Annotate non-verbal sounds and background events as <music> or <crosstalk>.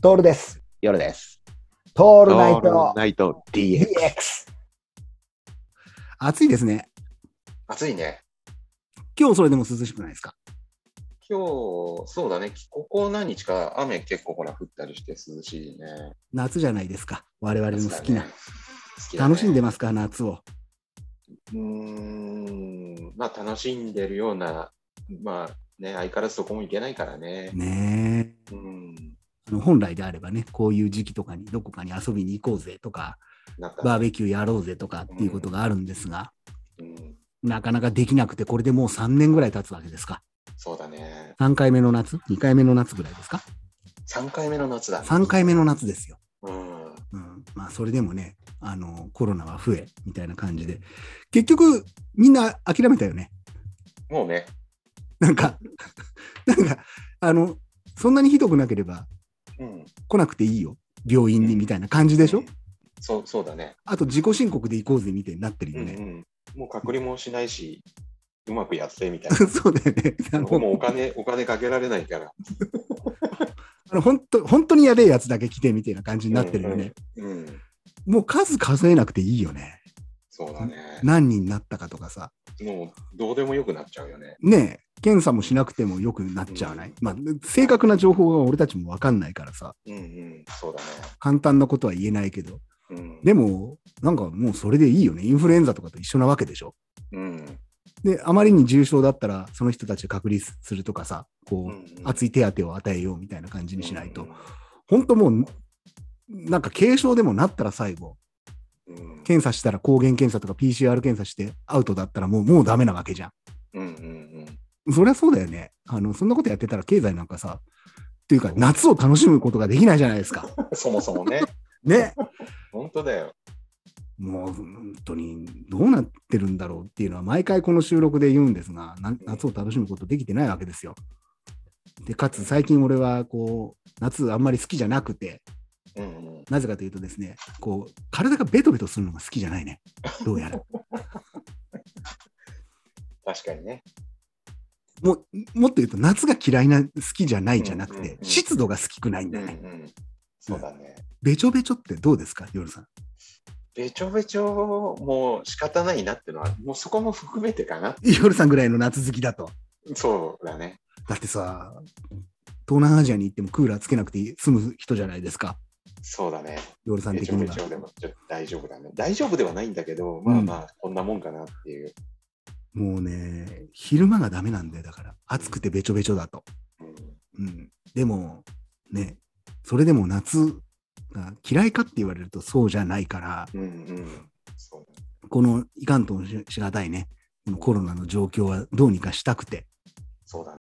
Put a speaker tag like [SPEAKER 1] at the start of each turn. [SPEAKER 1] トールです。
[SPEAKER 2] 夜です。
[SPEAKER 1] ト
[SPEAKER 2] オ
[SPEAKER 1] ールナイト
[SPEAKER 2] ナイト DX。
[SPEAKER 1] DX。
[SPEAKER 3] 暑いですね。
[SPEAKER 2] 暑いね。
[SPEAKER 3] 今日それでも涼しくないですか
[SPEAKER 2] 今日、そうだね。ここ何日か雨結構ほら降ったりして涼しいね。
[SPEAKER 3] 夏じゃないですか。我々の好きな。
[SPEAKER 2] 好きだね
[SPEAKER 3] 楽しんでますか夏を。
[SPEAKER 2] うーん。まあ楽しんでるような、まあね、相変わらずどこも行けないからね。
[SPEAKER 3] ねえ。
[SPEAKER 2] うん。
[SPEAKER 3] あの本来であればね、こういう時期とかにどこかに遊びに行こうぜとか、
[SPEAKER 2] なんか、
[SPEAKER 3] バーベキューやろうぜとかっていうことがあるんですが、
[SPEAKER 2] うん、
[SPEAKER 3] なかなかできなくて、これでもう3年ぐらい経つわけですか。
[SPEAKER 2] そうだね。
[SPEAKER 3] 3回目の夏 ?2 回目の夏ぐらいですか
[SPEAKER 2] 3回目の夏だ。
[SPEAKER 3] ?3 回目の夏ですよ。
[SPEAKER 2] うん。
[SPEAKER 3] うん、まあそれでもねあのコロナは増えみたいな感じで結局みんな諦めたよね
[SPEAKER 2] もうね、
[SPEAKER 3] なんか <laughs> なんかあのそんなにひどくなければ
[SPEAKER 2] うん。
[SPEAKER 3] 来なくていいよ病院にみたいな感じでしょ、
[SPEAKER 2] そう、そうだね。
[SPEAKER 3] あと自己申告で行こうぜみたいになってる
[SPEAKER 2] う
[SPEAKER 3] よ
[SPEAKER 2] んう
[SPEAKER 3] ね、
[SPEAKER 2] ん。もう隔離もしないし、うまくやってみたい
[SPEAKER 3] <laughs> そうだよねあ
[SPEAKER 2] な。もう
[SPEAKER 3] の
[SPEAKER 2] お金、お金かけられないから。
[SPEAKER 3] あの本当本当にやべえやつだけ来てみたいな感じになってるよね、
[SPEAKER 2] うん。
[SPEAKER 3] もう数数えなくていいよね
[SPEAKER 2] そうだね。
[SPEAKER 3] 何人になったかとかさ
[SPEAKER 2] もうどうでもよくなっちゃうよね。
[SPEAKER 3] ねえ検査もしなくてもよくなっちゃわない、まあ、正確な情報が俺たちも分かんないからさ
[SPEAKER 2] うんうん、そうだね。
[SPEAKER 3] 簡単なことは言えないけど、
[SPEAKER 2] うん、
[SPEAKER 3] でも、なんかもうそれでいいよね。インフルエンザとかと一緒なわけでしょ。
[SPEAKER 2] うん、
[SPEAKER 3] で、あまりに重症だったら、その人たちを隔離するとかさ、
[SPEAKER 2] う
[SPEAKER 3] こ
[SPEAKER 2] ん
[SPEAKER 3] う、
[SPEAKER 2] うん
[SPEAKER 3] 熱い手当てを与えようみたいな感じにしないと、
[SPEAKER 2] うん
[SPEAKER 3] 本当もう、なんか軽症でもなったら最後、
[SPEAKER 2] うん、
[SPEAKER 3] 検査したら抗原検査とか PCR 検査してアウトだったらもう、もうダメなわけじゃ
[SPEAKER 2] うん、うん、
[SPEAKER 3] ん。そりゃそうだよね。あの、そんなことやってたら経済なんかさ、っていうか夏を楽しむことができないじゃないですか。
[SPEAKER 2] うん。 <laughs> そもそもね、
[SPEAKER 3] ね。
[SPEAKER 2] 本当だよ。
[SPEAKER 3] もう本当にどうなってるんだろうっていうのは毎回この収録で言うんですがな夏を楽しむことできてないわけですよ。でかつ最近俺はこう夏あんまり好きじゃなくて
[SPEAKER 2] うん、うん、
[SPEAKER 3] なぜかというとですねこう体がベトベトするのが好きじゃないねどうや
[SPEAKER 2] <laughs>
[SPEAKER 3] ら。
[SPEAKER 2] 確かにね。
[SPEAKER 3] もうもっと言うと夏が嫌いな好きじゃないじゃなく
[SPEAKER 2] うんうんう
[SPEAKER 3] て
[SPEAKER 2] ん
[SPEAKER 3] 湿度が好きくないん
[SPEAKER 2] うん、
[SPEAKER 3] だ
[SPEAKER 2] う
[SPEAKER 3] よね。
[SPEAKER 2] ん、そうだね。
[SPEAKER 3] べちょべちょってどうですか夜さん。
[SPEAKER 2] べちょべちょ、もう仕方ないなってのは、もうそこも含めてかな。
[SPEAKER 3] 夜さんぐらいの夏好きだと。
[SPEAKER 2] そうだね。
[SPEAKER 3] だってさ東南アジアに行ってもクーラーつけなくて済む人じゃないですか
[SPEAKER 2] そうだね。
[SPEAKER 3] 夜さん
[SPEAKER 2] べ
[SPEAKER 3] 的
[SPEAKER 2] ちょ
[SPEAKER 3] に
[SPEAKER 2] べ
[SPEAKER 3] は
[SPEAKER 2] ち。ょでもちょっと大丈夫だね。大丈夫ではないんだけど、まあまあ、こんなもんかなっていう。
[SPEAKER 3] もうね、昼間がダメなんだよ、だから。暑くてべちょべちょだと。
[SPEAKER 2] うん
[SPEAKER 3] うん。でも、ね、それでも夏が嫌いかって言われるとそうじゃないから、
[SPEAKER 2] うんうん。そうだね
[SPEAKER 3] このいかんともししがたいね、このコロナの状況はどうにかしたくて、
[SPEAKER 2] そうだ